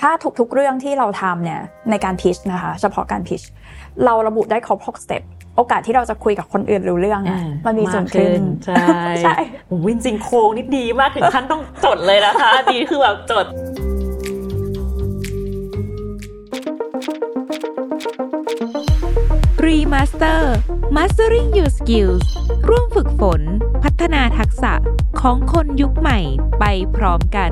ถ้าทุกๆเรื่องที่เราทำเนี่ยในการพิชนะคะเฉพาะการพิชเราระบุได้ครบ6สเต็ปโอกาสที่เราจะคุยกับคนอื่นรู้เรื่องเนี่ย อ่ามั มันมีสูงขึ้น ใช่ ใช่ โอ้ยจริงๆโครงนี่ดีมากถึงขั้นต้องจดเลย นะคะ ดีคือแบบจด r e m a s t e r Mastering Your Skills ร่วมฝึกฝน พัฒนาทักษะของคนยุคใหม่ไปพร้อมกัน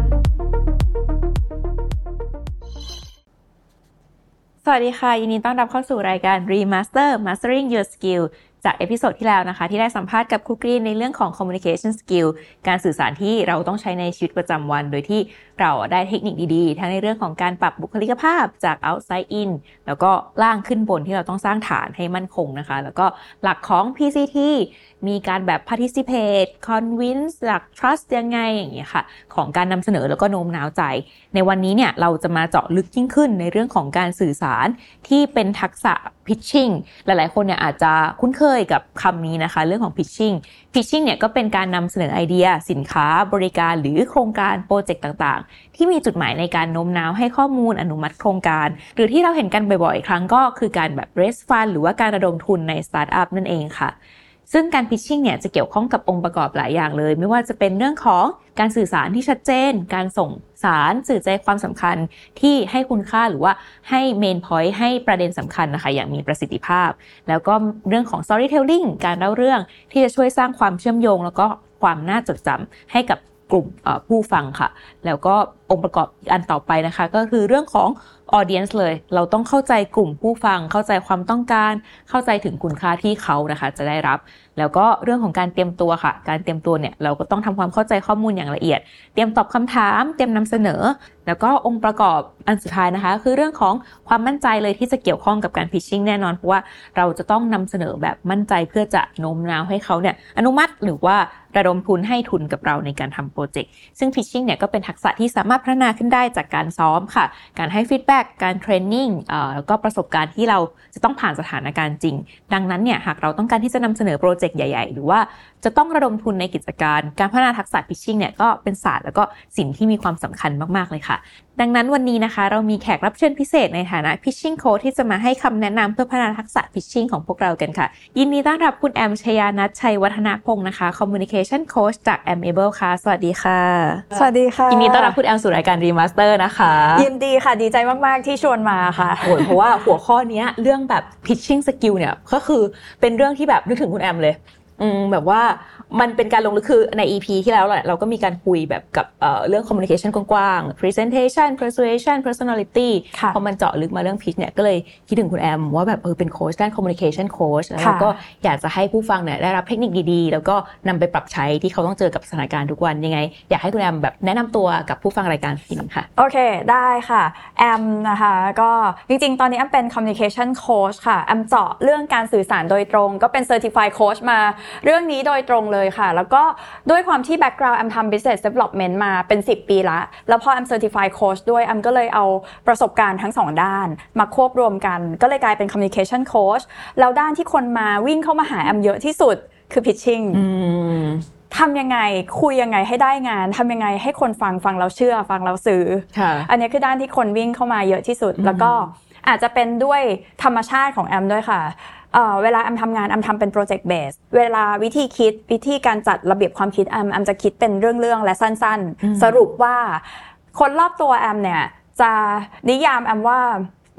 สวัสดีค่ะ ยินดีต้อนรับเข้าสู่รายการ Remaster Mastering Your Skill จากเอพิโซดที่แล้วนะคะ ที่ได้สัมภาษณ์กับครูกรีนในเรื่องของ Communication Skill การสื่อสารที่เราต้องใช้ในชีวิตประจำวัน โดยที่เราได้เทคนิคดีๆ ทั้งในเรื่องของการปรับบุคลิกภาพจาก outside in แล้วก็ล่างขึ้นบนที่เราต้องสร้างฐานให้มั่นคงนะคะ แล้วก็หลักของ PCT มีการแบบ participate convince หลัก trust ยังไงอย่างเงี้ยค่ะ ของการนำเสนอแล้วก็โน้มน้าวใจ ในวันนี้เนี่ยเราจะมาเจาะลึกยิ่งขึ้นในเรื่องของการสื่อสารที่เป็นทักษะ pitching หลายๆ คนเนี่ยอาจจะคุ้นเคยกับคำนี้นะคะ เรื่องของ pitching pitching เนี่ยก็เป็นการนำเสนอไอเดีย สินค้า บริการหรือโครงการโปรเจกต์ต่างๆ ที่มีจุดหมายในการโน้มน้าวให้ข้อมูลอนุมัติโครงการ หรือที่เราเห็นกันบ่อยๆ ครั้งก็คือการแบบ raise fund หรือว่าการระดมทุนในสตาร์ทอัพนั่นเองค่ะ ซึ่งการ pitching เนี่ยจะเกี่ยวข้องกับองค์ประกอบหลายอย่างเลย ไม่ว่าจะเป็นเรื่องของการสื่อสารที่ชัดเจน การส่งสารสื่อใจความสำคัญที่ให้คุณค่าหรือว่าให้ main point ให้ประเด็นสำคัญนะคะ อย่างมีประสิทธิภาพ แล้วก็เรื่องของ storytelling การเล่าเรื่องที่จะช่วยสร้างความเชื่อมโยง แล้วก็ความน่าจดจำให้กับกลุ่มเอ่อผู้ฟังค่ะ แล้วก็องค์ประกอบอีกอันต่อไปนะคะ ก็คือเรื่องของ audience เลย เราต้องเข้าใจกลุ่มผู้ฟัง เข้าใจความต้องการ เข้าใจถึงคุณค่าที่เขานะคะจะได้รับ แล้วก็เรื่องของการเตรียมตัวค่ะ การเตรียมตัวเนี่ยเราก็ต้องทำความเข้าใจข้อมูลอย่างละเอียด เตรียมตอบคำถาม เตรียมนำเสนอ แล้วก็องค์ประกอบอันสุดท้ายนะคะ คือเรื่องของความมั่นใจเลยที่จะเกี่ยวข้องกับการพิชชิ่งแน่นอนเพราะว่าเราจะต้องนำเสนอแบบมั่นใจเพื่อจะโน้มน้าวให้เขาเนี่ยอนุมัติหรือว่าระดมทุนให้ทุนกับเราในการทำโปรเจกต์ซึ่งพิชชิ่งเนี่ยก็เป็นทักษะที่สามารถพัฒนาขึ้นได้จากการซ้อมค่ะ การให้ฟีดแบ็กการเทรนนิ่งเอ่อแล้วก็ประสบการณ์ที่เราจะต้องผ่านสถานการณ์จริง ดังนั้นเนี่ยหากเราต้องการที่จะนำเสนอโปรเจกต์ใหญ่ ๆ หรือว่าจะต้องระดมทุนในกิจการ การพัฒนาทักษะพิชชิ่งเนี่ยก็เป็นศาสตร์แล้วก็สิ่งที่มีความสำคัญมากๆเลยค่ะ ดังนั้นวันนี้นะคะ เรามีแขกรับเชิญพิเศษในฐานะ pitching coach ที่จะมาให้คำแนะนำเพื่อพัฒนาทักษะ pitching ของพวกเรากันค่ะ ยินดีต้อนรับคุณแอมชยานัทชัยวัฒนพงศ์นะคะ communication coach จาก a m a b l e ค่ะ สวัสดีค่ะ สวัสดีค่ะ ยินดีต้อนรับคุณแอมสู่รายการ Remaster นะคะ ยินดีค่ะดีใจมากๆที่ชวนมาค่ะ โอ้ยเพราะว่าหัวข้อเนี้ยเรื่องแบบ pitching skill เนี่ยก็คือเป็นเรื่องที่แบบนึกถึงคุณแอมเลย อืมแบบว่ามันเป็นการลงลึกคือใน EP ที่แล้วแหละเราก็มีการคุยแบบกับเอ่อเรื่อง communication กว้างๆ presentation persuasion personality ค่ะ พอมันเจาะลึกมาเรื่อง pitch เนี่ยก็เลยคิดถึงคุณแอมว่าแบบเออเป็นโค้ชด้าน communication coach แล้วเราก็อยากจะให้ผู้ฟังเนี่ยได้รับเทคนิคดีๆ แล้วก็นำไปปรับใช้ที่เขาต้องเจอกับสถานการณ์ทุกวันยังไง อยากให้คุณแอมแบบแนะนำตัวกับผู้ฟังรายการทีหนึงค่ะ โอเค ได้ค่ะ แอมนะคะ ก็จริงๆ ตอนนี้แอมเป็น communication coach ค่ะ แอมเจาะเรื่องการสื่อสารโดยตรง ก็เป็น certified coach มาเรื่องนี้โดยตรงเลยค่ะ แล้วก็ด้วยความที่ background แอมทำ business development มาเป็น 10 ปีละ แล้วพอแอม certified coach ด้วย แอมก็เลยเอาประสบการณ์ทั้งสองด้าน มาควบรวมกัน ก็เลยกลายเป็น communication coach แล้วด้านที่คนมาวิ่งเข้ามาหาแอมเยอะที่สุดคือ pitching อืม ทำยังไงคุยยังไงให้ได้งานทำยังไงให้คนฟังฟังแล้วเชื่อ ฟังแล้วซื้อ ค่ะ อันนี้คือด้านที่คนวิ่งเข้ามาเยอะที่สุด อืม แล้วก็อาจจะเป็นด้วยธรรมชาติของแอมด้วยค่ะเอ่อเวลาแอมทำงานแอมทำเป็นโปรเจกต์เบสเวลาวิธีคิดวิธีการจัดระเบียบความคิดแอมแอมจะคิดเป็นเรื่องๆและสั้นๆ สรุปว่า คนรอบตัวแอมเนี่ยจะนิยามแอมว่า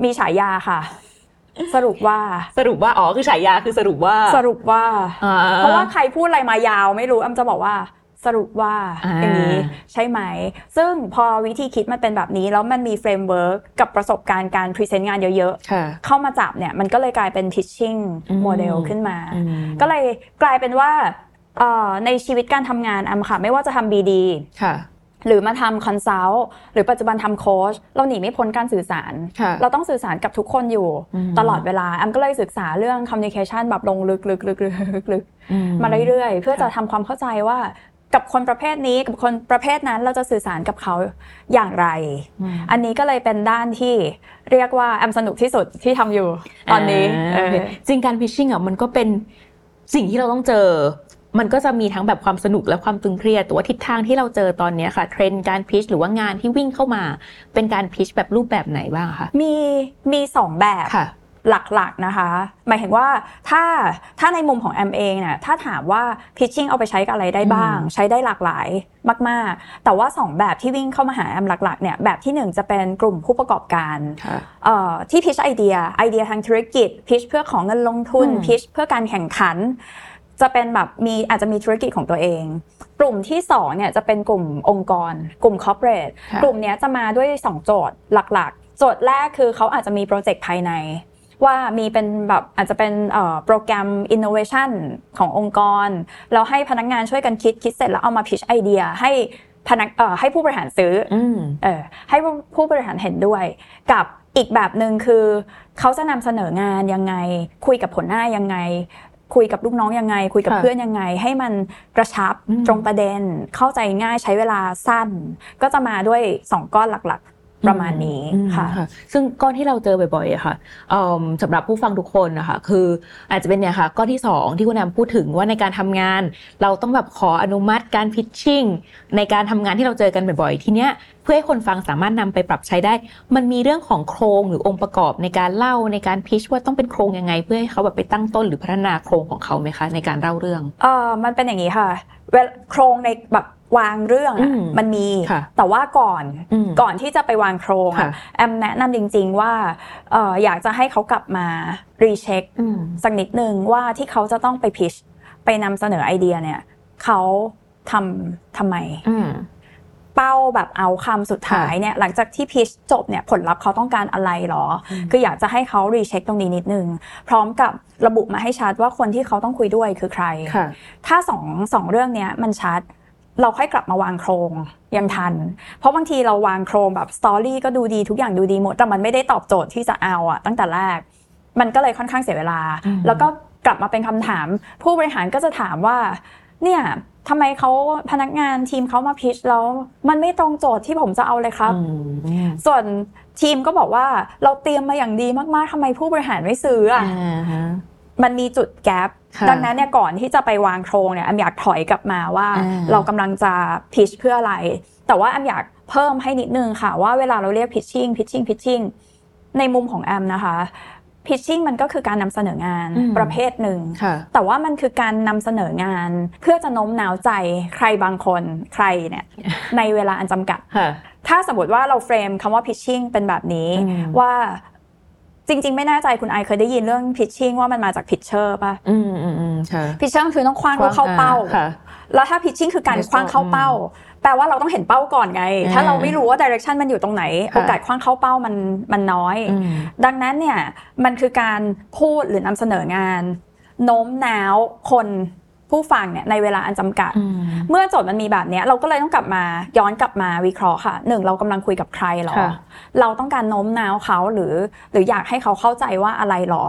มีฉายา ค่ะ สรุปว่า สรุปว่าอ๋อคือฉายาคือสรุปว่า สรุปว่า อ่ เพราะว่าใครพูดอะไรมายาวไม่รู้แอมจะบอกว่าสรุปว่า อ่า อย่างนี้ใช่ไหม ซึ่งพอวิธีคิดมันเป็นแบบนี้ แล้วมันมีเฟรมเวิร์กกับประสบการณ์การพรีเซนต์งานเยอะ ค่ะ ๆ เข้ามาจับเนี่ยมันก็เลยกลายเป็น pitching อืม model ขึ้นมา อืม ก็เลยกลายเป็นว่าเอ่อในชีวิตการทำงานแอมค่ะ ไม่ว่าจะทำ BD ค่ะ หรือมาทำคอนซัลท์หรือปัจจุบันทำโค้ชเราหนีไม่พ้นการสื่อสาร ค่ะ เราต้องสื่อสารกับทุกคนอยู่ อืม ตลอดเวลาแอมก็เลยศึกษาเรื่อง communication แบบลงลึกๆๆๆๆ อื มาเรื่อยๆ เพื่อจะทำความเข้าใจว่ากับคนประเภทนี้กับคนประเภทนั้นเราจะสื่อสารกับเขาอย่างไร อืม อันนี้ก็เลยเป็นด้านที่เรียกว่าแอมสนุกที่สุดที่ทำอยู่ตอนนี้ อ่า เออ โอเคจริงการพิชชิ่งอ่ะมันก็เป็นสิ่งที่เราต้องเจอ มันก็จะมีทั้งแบบความสนุกและความตึงเครียดแต่ว่าทิศทางที่เราเจอตอนเนี้ยค่ะเทรนด์การพิชหรือว่างานที่วิ่งเข้ามา เป็นการพิชแบบรูปแบบไหนบ้างคะ มีมีสองแบบ ค่ะ หลักๆนะคะ หมายถึงว่าถ้าถ้าในมุมของแอมเองเนี่ยถ้าถามว่า pitching เอาไปใช้กับอะไรได้บ้าง ใช้ได้หลากหลายมาก ๆ แต่ว่า 2 แบบที่วิ่งเข้ามาหาแอมหลักๆเนี่ยแบบทีหนึ่1 จะเป็นกลุ่มผู้ประกอบการ ค่ะ เอ่อที่พิชไอเดียไอเดียทางธุรกิจพิชเพื่อของเงินลงทุน อืม พิชเพื่อการแข่งขัน จะเป็นแบบมีอาจจะมีธุรกิจของตัวเอง กลุ่มที่สองเนี่ยจะเป็นกลุ่มองค์กร กลุ่มคอร์เปอเรท ค่ะ กลุ่มเนี้ยจะมาด้วยสองโจทย์หลักๆ โจทย์แรกคือเขาอาจจะมีโปรเจกต์ภายใน ว่ามีเป็นแบบอาจจะเป็นเอ่อโปรแกรม innovation ขององค์กร เราให้พนักงานช่วยกันคิดคิดเสร็จแล้วเอามาพิชไอเดียให้พนักเอ่อให้ผู้บริหารซื้อ อืม เออให้ผู้บริหารเห็นด้วย กับอีกแบบหนึ่งคือ เขาจะนำเสนองานยังไง คุยกับผลหน้ายังไง คุยกับลูกน้องยังไง คุยกับ ค่ะ เพื่อนยังไง ให้มันกระชับ อืม ตรงประเด็น เข้าใจง่ายใช้เวลาสั้น ก็จะมาด้วยสองก้อนหลักๆ ประมาณนี้ อืม ค่ะ ซึ่งก้อนที่เราเจอบ่อยๆอะค่ะเอิ่มสำหรับผู้ฟังทุกคนนะคะคืออาจจะเป็นเนี่ยค่ะก้อนที่สองที่คุณแอมพูดถึงว่าในการทำงาน เราต้องแบบขออนุมัติการพิชชิ่งในการทำงานที่เราเจอกันบ่อยๆ ทีเนี้ยเพื่อให้คนฟังสามารถนำไปปรับใช้ได้ มันมีเรื่องของโครงหรือองค์ประกอบในการเล่าในการพิชว่าต้องเป็นโครงยังไง เพื่อให้เขาแบบไปตั้งต้นหรือพัฒนาโครงของเขาไหมคะ ในการเล่าเรื่อง เออมันเป็นอย่างนี้ค่ะเวลาโครงในแบบวางเรื่องอะ อืม มันมี ค่ะ แต่ว่าก่อน อืม ก่อนที่จะไปวางโครงอะ ค่ะ แอมแนะนำจริง ๆว่าเอออยากจะให้เขากลับมารีเช็ค อืม สักนิดนึงว่าที่เขาจะต้องไปพิชไปนำเสนอไอเดียเนี่ยเขาทำทำไม อืม เป้าแบบเอาคำสุดท้ายเนี่ยหลังจากที่พิชจบเนี่ยผลลัพธ์เขาต้องการอะไรหรอ อืม คืออยากจะให้เขารีเช็คตรงนี้นิดนึง พร้อมกับระบุมาให้ชัดว่าคนที่เขาต้องคุยด้วยคือใคร ค่ะ ถ้าสองสองเรื่องเนี้ยมันชัด เราค่อยกลับมาวางโครงยังทัน เพราะบางทีเราวางโครงแบบสตอรี่ก็ดูดีทุกอย่างดูดีหมด แต่มันไม่ได้ตอบโจทย์ที่จะเอาอะตั้งแต่แรก มันก็เลยค่อนข้างเสียเวลา อืม แล้วก็กลับมาเป็นคำถาม ผู้บริหารก็จะถามว่า เนี่ยทำไมเขาพนักงานทีมเขามาพิชแล้ว มันไม่ตรงโจทย์ที่ผมจะเอาเลยครับ อืม ส่วนทีมก็บอกว่าเราเตรียมมาอย่างดีมากๆทำไมผู้บริหารไม่ซื้ออะ อ่าฮะ มันมีจุดแกลบ ค่ะ ดังนั้นเนี่ยก่อนที่จะไปวางโครงเนี่ยแอมอยากถอยกลับมาว่า อ่า เรากำลังจะพิชเพื่ออะไร แต่ว่าแอมอยากเพิ่มให้นิดนึงค่ะ ว่าเวลาเราเรียกพิชชิ่งพิชชิ่งพิชชิ่งในมุมของแอมนะคะพิชชิ่งมันก็คือการนำเสนองานประเภทหนึ่ง ค่ะ แต่ว่ามันคือการนำเสนองานเพื่อจะโน้มน้าวใจใครบางคนใครเนี่ย ในเวลาอันจำกัด ค่ะ ถ้าสมมติว่าเราเฟรมคำว่า pitching เป็นแบบนี้ อืม ว่าจริง ๆ ไม่แน่ใจคุณไอเคยได้ยินเรื่อง pitching ว่ามันมาจาก pitcher ป่ะ อืมอืมอืมค่ะ pitcher คือต้องคว้างลูกเข้าเป้า ค่ะ แล้วถ้า pitching คือการ ไม่คต้องว้างเข้าเป้า แปลว่าเราต้องเห็นเป้าก่อนไง อ่า ถ้าเราไม่รู้ว่า direction มันอยู่ตรงไหน ค่ะ โอกาสคว้างเข้าเป้ามันมันน้อย อืม ดังนั้นเนี่ยมันคือการพูดหรือนำเสนองาน โน้มน้าวคนผู้ฟังเนี่ยในเวลาอันจำกัด อืม เมื่อโจทย์มันมีแบบเนี้ยเราก็เลยต้องกลับมาย้อนกลับมาวิเคราะห์ค่ะหนึ่งเรากำลังคุยกับใครหรอ ค่ะ เราต้องการโน้มน้าวเขาหรือ หรืออยากให้เขาเข้าใจว่าอะไรหรอ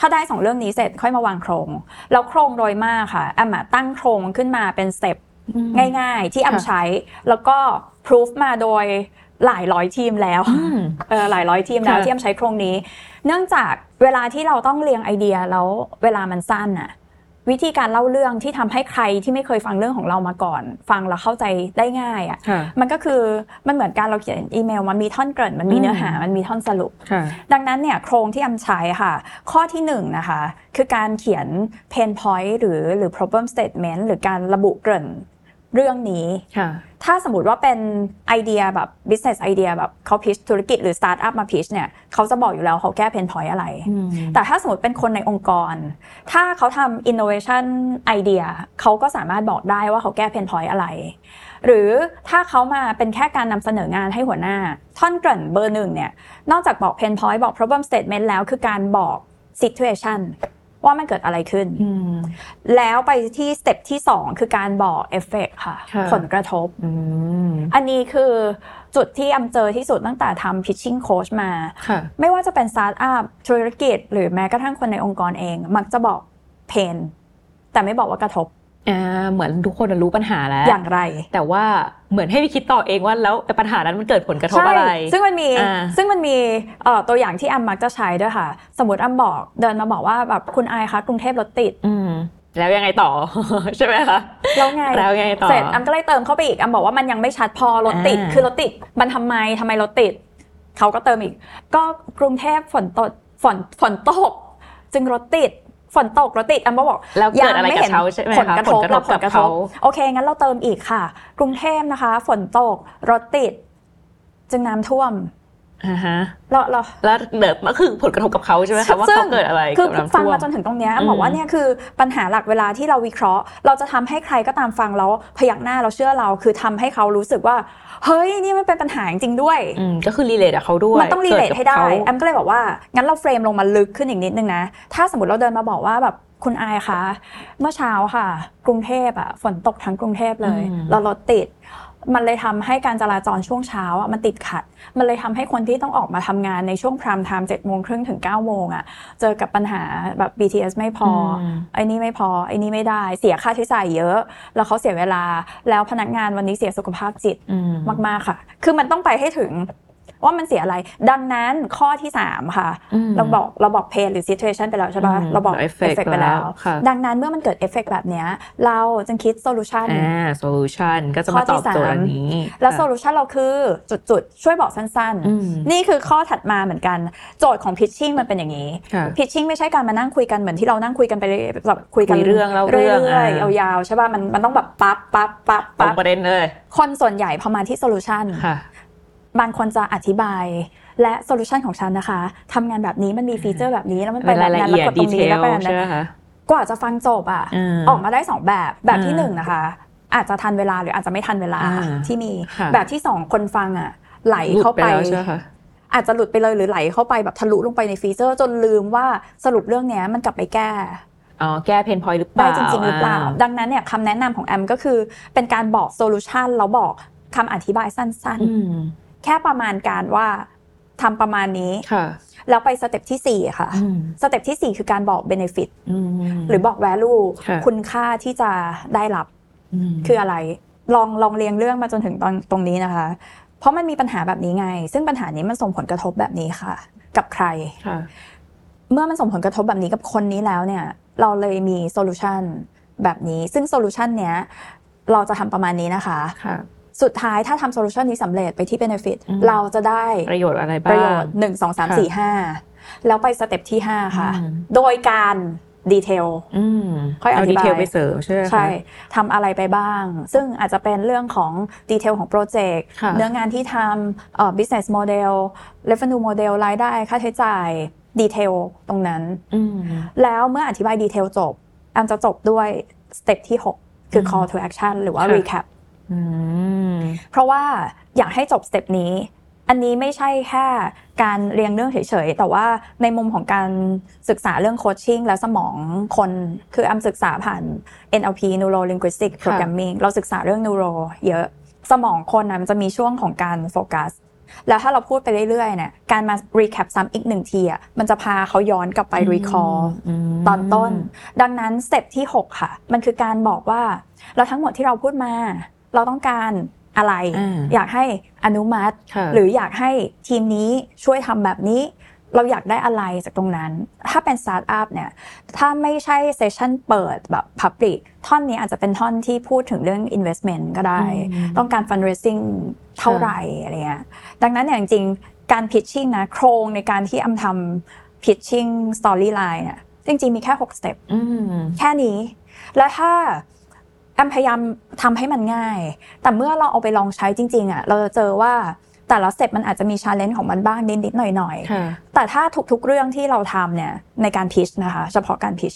ถ้าได้สองเรื่องนี้เสร็จค่อยมาวางโครง แล้วโครงโดยมากค่ะแอมอะตั้งโครงขึ้นมาเป็นสเต็ปง่ายๆ ที่แอม ค่ะ ใช้ แล้วก็พิสูจมาโดยหลายร้อยทีมแล้ว อืม เออหลายร้อยทีมแล้ว ค่ะ ที่ยมใช้โครงนี้ เนื่องจากเวลาที่เราต้องเรียงไอเดียแล้วเวลามันสั้นน่ะวิธีการเล่าเรื่องที่ทำให้ใครที่ไม่เคยฟังเรื่องของเรามาก่อน ฟังแล้วเข้าใจได้ง่ายอะ่ะ ค่ะ มันก็คือมันเหมือนการเราเขียนอีเมลมันมีท่อนเกริ่นมันมีเนื้อหามันมีท่อนสรุป ค่ะ ดังนั้นเนี่ยโครงที่แอมใช้ค่ะ ข้อที่หนึ่งนะคะ คือการเขียน pain point หรือหรือ problem statement หรือการระบุเกริ่นเรื่องนี้ ค่ะ ถ้าสมมติว่าเป็นไอเดียแบบ business ไอเดียแบบเขาพิชธุรกิจหรือ startup มาพิชเนี่ยเขาจะบอกอยู่แล้วเขาแก้เพนพอยอะไร อืม แต่ถ้าสมมติเป็นคนในองค์กร ถ้าเขาทำ innovation ไอเดียเขาก็สามารถบอกได้ว่าเขาแก้เพนพอยอะไร หรือถ้าเขามาเป็นแค่การนำเสนองานให้หัวหน้า ท่อนเกริ่นเบอร์หนึ่งเนี่ยนอกจากบอกเพนพอยบอก problem statement แล้วคือการบอก situation ว่ามันเกิดอะไรขึ้น อืม แล้วไปที่สเต็ปที่สองคือการบอก effect ค่ะ ค่ะ ผลกระทบ อืม อันนี้คือจุดที่แอมเจอที่สุดตั้งแต่ทำ pitching coach มา ค่ะ ไม่ว่าจะเป็น startup ธุรกิจ หรือแม้กระทั่งคนในองค์กรเอง มักจะบอก pain แต่ไม่บอกว่ากระทบ อ่า เหมือนทุกคนรู้ปัญหาแล้ว อย่างไร แต่ว่าเหมือนให้ไปคิดต่อเองว่าแล้วแต่ปัญหานั้นมันเกิดผลกระทบอะไร ซึ่งมันมี อ่า ซึ่งมันมีเอ่อตัวอย่างที่แอมมักจะใช้ด้วยค่ะ สมมติแอมบอกเดินมาบอกว่าแบบคุณไอายคะกรุงเทพรถติด อืม แล้วยังไงต่อ ใช่ไหมคะ แล้วไง แล้วยังไงต่อ เสร็จอัมก็เลยเติมเข้าไปอีกอัมบอกว่ามันยังไม่ชัดพอรถติด อ่า คือรถติด มันทำไมทำไมรถติด เขาก็เติมอีก ก็กรุงเทพฝนตกฝนฝนตก จึงรถติด ฝนตกรถติดอัมก็บอก แล้วเกิดอะไรกับเขาใช่ไหม ผล คะ กระทบ ผลกับเขา โอเค งั้นเราเติมอีกค่ะ กรุงเทพนะคะ ฝนตก รถติด จึงน้ำท่วม อ่าฮะ เราเรา แล้วเดี๋ยวมันคือผลกระทบกับเขาใช่ไหม ซึ่ คะ ง ว่าเขาเกิดอะไร คือ กับน้ำ ฟัง ท่วม มาจนถึงตรงเนี้ย อืม บอกว่าเนี่ยคือปัญหาหลักเวลาที่เราวิเคราะห์ เราจะทำให้ใครก็ตามฟังแล้วพยักหน้าเราเชื่อเรา คือทำให้เขารู้สึกว่า เฮ้ย นี่มันเป็นปัญหาจริงๆด้วย อืมก็คือรีเลทกับเขาด้วย มันต้องรีเลท กิกับ ให้ได้ ขา แอมก็เลยบอกว่า งั้นเราเฟรมลงมาลึกขึ้นอีกนิดนึงนะ ถ้าสมมติเราเดินมาบอกว่าแบบคุณอายคะเมื่อเช้าค่ะ กรุงเทพอ่ะฝนตกทั้งกรุงเทพเลย อืม เรารถติด มันเลยทำให้การจราจรช่วงเช้าอ่ะมันติดขัด มันเลยทำให้คนที่ต้องออกมาทำงานในช่วงพรามไทม์เจ็ดโมงครึ่งถึง9ก้าโมงอ่ะ เจอกับปัญหาแบบ BTS ไม่พออ ม ไอ้นี่ไม่พอไอ้นี่ไม่ได้เสียค่าใช้จ่ายเยอะ แล้วเขาเสียเวลาแล้วพนักงานวันนี้เสียสุขภาพจิต อืม มากๆค่ะ คือมันต้องไปให้ถึงว่ามันเสียอะไร ดังนั้นข้อที่ 3 ค่ะ อืม เราบอกเราบอกเพนหรือ situation ไปแล้วใช่ปะ อืม เราบอก เรา effect effect ไปแล้ว แล้วค่ะ ดังนั้นเมื่อมันเกิด effect แบบเนี้ยเราจึงคิด solution อ่าโซลูชันก็จะ ข้ มา อที่ ตอบโจทย์ สาม อันนี้ แล้ว ค่ะ solution เราคือจุดๆ ช่วยบอกสั้น อืม ๆ นี่คือข้อถัดมาเหมือนกัน โจทย์ของ pitching มันเป็นอย่างนี้ ค่ะ พิชชิ่งไม่ใช่การมานั่งคุยกันเหมือนที่เรานั่งคุยกันไปเรื่อยแบบคุยกัน คุยเรื่องเล่าเรื่ เรื่ อง อย อ่า ๆยาวๆใช่ป่ะมันมันต้องแบบปั๊บปั๊บปั๊บ ตรง ปั๊บ ประเด็นเลย คนส่วนใหญ่พอมาที่โซลูชัน ค่ะ บางคนจะอธิบาย และโซลูชันของฉันนะคะทำงานแบบนี้มันมีฟีเจอร์แบบนี้แล้วมัน เป็ เป็น นแบ ราย บ ละ นั้น เอี แล้ ยวดกดต ดี รง เท นี้แล้ว ล ไปแบบ ใช่ นั้น ไหมคะ กว่าจะฟังจบอ่ะ า ออกมาได้ 2 แบบแบบที่ อ่า หนึ่งนะคะ อาจจะทันเวลาหรืออาจจะไม่ทันเวลา อ่า ที่มี ค่ะ แบบที่สองคนฟังอ่ะไหลเข้าไป หลุดแล้วใช่หมคะ อาจจะหลุดไปเลยหรือไหลเข้าไปแบบทะลุลงไปในฟีเจอร์จนลืมว่าสรุปเรื่องเนี้ยมันกลับไปแก้ อ๋อแก้เพนพอยหรือเป ได้ ล่า จริงๆหรือเปล่า ดังนั้นเนี่ยคำแนะนำของแอมก็คือเป็นการบอกโซลูชันแล้วบอกคำอธิบายสั้น อืม ๆ แค่ประมาณการว่าทำประมาณนี้ ค่ะ แล้วไปสเต็ปที่ 4 ค่ะ อืม สเต็ปที่ 4 คือการบอก Benefit อืม หรือบอก Value ค่ะ คุณค่าที่จะได้รับ ม คืออะไร ลองลองเรียงเรื่องมาจนถึงตอนตรงนี้นะคะ เพราะมันมีปัญหาแบบนี้ไง ซึ่งปัญหานี้มันส่งผลกระทบแบบนี้ค่ะ กับใคร ค่ะ เมื่อมันส่งผลกระทบแบบนี้กับคนนี้แล้วเนี่ย เราเลยมีโซลูชันแบบนี้ ซึ่งโซลูชันเนี้ยเราจะทำประมาณนี้นะคะ ค่ะ สุดท้ายถ้าทำโซลูชันนี้สำเร็จไปที่ Benefit อืม เราจะได้ ประโยชน์อะไร ป บ้าง ระโยชน์หนึ่งสองสามสี่ห้าแล้วไปสเต็ปที่ห้าค่ะ อืม โดยการดีเทล อืม ค่อยอ เา ธิ ดี บาย เทลไปเสริมใช่ไหมคะ ใช่ทำอะไรไปบ้าง ซึ่งอาจจะเป็นเรื่องของดีเทลของโปรเจกต์ ค่ะ เนื้องานที่ทำเอ่อ business model revenue model รายได้ค่าใช้จ่ายดีเทลตรงนั้น อืม แล้วเมื่ออธิบายดีเทลจบอันจะจบด้วยสเต็ปที่ 6 คือ อืม call to action หรือว่า ค่ะ recap อืม เพราะว่าอยากให้จบสเต็ปนี้ อันนี้ไม่ใช่แค่การเรียงเรื่องเฉยๆ แต่ว่าในมุมของการศึกษาเรื่องโคชชิ่งและสมองคน คืออัมศึกษาผ่าน NLP Neuro Linguistic ค่ะ Programming เราศึกษาเรื่อง neuro เยอะ สมองคนนะมันจะมีช่วงของการโฟกัส แล้วถ้าเราพูดไปเรื่อยๆเนี่ยการมา recap ซ้ำอีกหนึ่งทีอ่ะมันจะพาเขาย้อนกลับไป recall ม ตอนต้น ดังนั้นสเต็ปที่ 6 ค่ะ มันคือการบอกว่า เราทั้งหมดที่เราพูดมา เราต้องการอะไร อ่า อยากให้อนุมัติ ค่ะ หรืออยากให้ทีมนี้ช่วยทำแบบนี้ เราอยากได้อะไรจากตรงนั้น ถ้าเป็นสตาร์ทอัพเนี่ย ถ้าไม่ใช่เซสชันเปิดแบบ Public ท่อนนี้อาจจะเป็นท่อนที่พูดถึงเรื่อง Investment ก็ได้ อืม ต้องการ fundraising เท่าไหร่อะไรเงี้ย ดังนั้นเนี่ยจริงๆ การ pitching นะ โครงในการที่อำทำ pitching storyline เนี่ยจริงๆ มีแค่ 6 step อืม แค่นี้ แล้วถ้าแอมพยายามทำให้มันง่าย แต่เมื่อเราเอาไปลองใช้จริง ๆอะเราจะเจอว่าแต่ละสเต็ปมันอาจจะมีชาเลนจ์ของมันบ้างนิดๆหน่อยๆ ค่ะ แต่ถ้าทุกๆเรื่องที่เราทำเนี่ยในการพิชนะคะ เฉพาะการพิช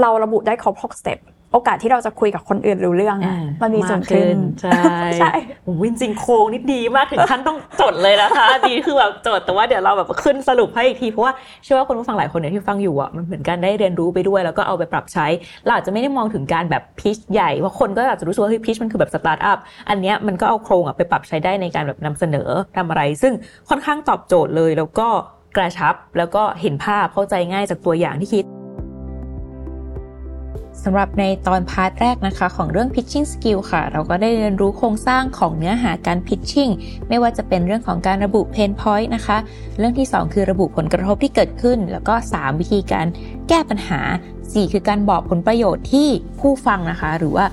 เราระบุได้ครบ6สเต็ปโอกาสที่เราจะคุยกับคนอื่นรู้เรื่องอะ อ่า มันมีสูงขึ้น มากขึ้นใช่ ใช่ โอ้ยจริงๆโครงนี่ดีมากถึงขั้นต้องจดเลยนะคะ ดีคือแบบจดแต่ว่าเดี๋ยวเราแบบขึ้นสรุปให้อีกที เพราะว่าเชื่อว่าคนผู้ฟังหลายคนเนี่ยที่ฟังอยู่อ่ะมันเหมือนกันได้เรียนรู้ไปด้วย แล้วก็เอาไปปรับใช้เราอาจจะไม่ได้มองถึงการแบบพิชใหญ่เพราะคนก็อาจจะรู้สึกว่าเฮ้ยพิชมันคือแบบสตาร์ทอัพอันเนี้ยมันก็เอาโครงอ่ะไปปรับใช้ได้ในการแบบนำเสนอทำอะไร ซึ่งค่อนข้างตอบโจทย์เลย แล้วก็กระชับแล้วก็เห็นภาพเข้าใจง่ายจากตัวอย่างที่คิด สำหรับในตอนพาร์ทแรกนะคะ ของเรื่อง pitching skill ค่ะ เราก็ได้เรียนรู้โครงสร้างของเนื้อหาการ pitching ไม่ว่าจะเป็นเรื่องของการระบุ pain point นะคะ เรื่องที่ 2 คือระบุผลกระทบที่เกิดขึ้น แล้วก็ 3 วิธีการแก้ปัญหา 4 คือการบอกผลประโยชน์ที่ผู้ฟังนะคะ หรือว่า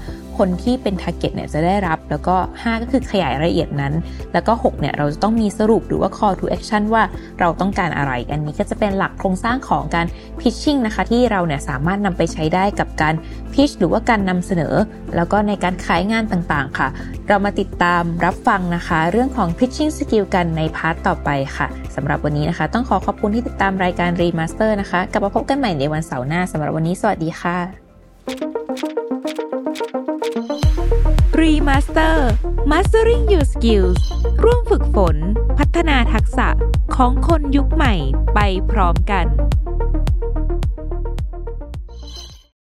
คนที่เป็น t a r g e t เนี่ยจะได้รับ แล้วก็ 5 ก็คือขยายรายละเอียดนั้น แล้วก็ 6 เนี่ย เราจะต้องมีสรุปหรือว่า call to action ว่าเราต้องการอะไร อันนี้ก็จะเป็นหลักโครงสร้างของการ pitching นะคะ ที่เราเนี่ยสามารถนำไปใช้ได้กับการ pitch หรือว่าการนำเสนอ แล้วก็ในการขายงานต่างๆ ค่ะ เรามาติดตามรับฟังนะคะ เรื่องของ pitching skill กันในพาร์ทต่อไปค่ะสำหรับวันนี้นะคะ ต้องขอขอบคุณที่ติดตามรายการ Remaster นะคะกลับมาพบกันใหม่ในวันเสาร์หน้าสำหรับวันนี้สวัสดีค่ะ Remaster Mastering Your Skills ร่วมฝึกฝน พัฒนาทักษะของคนยุคใหม่ไปพร้อมกัน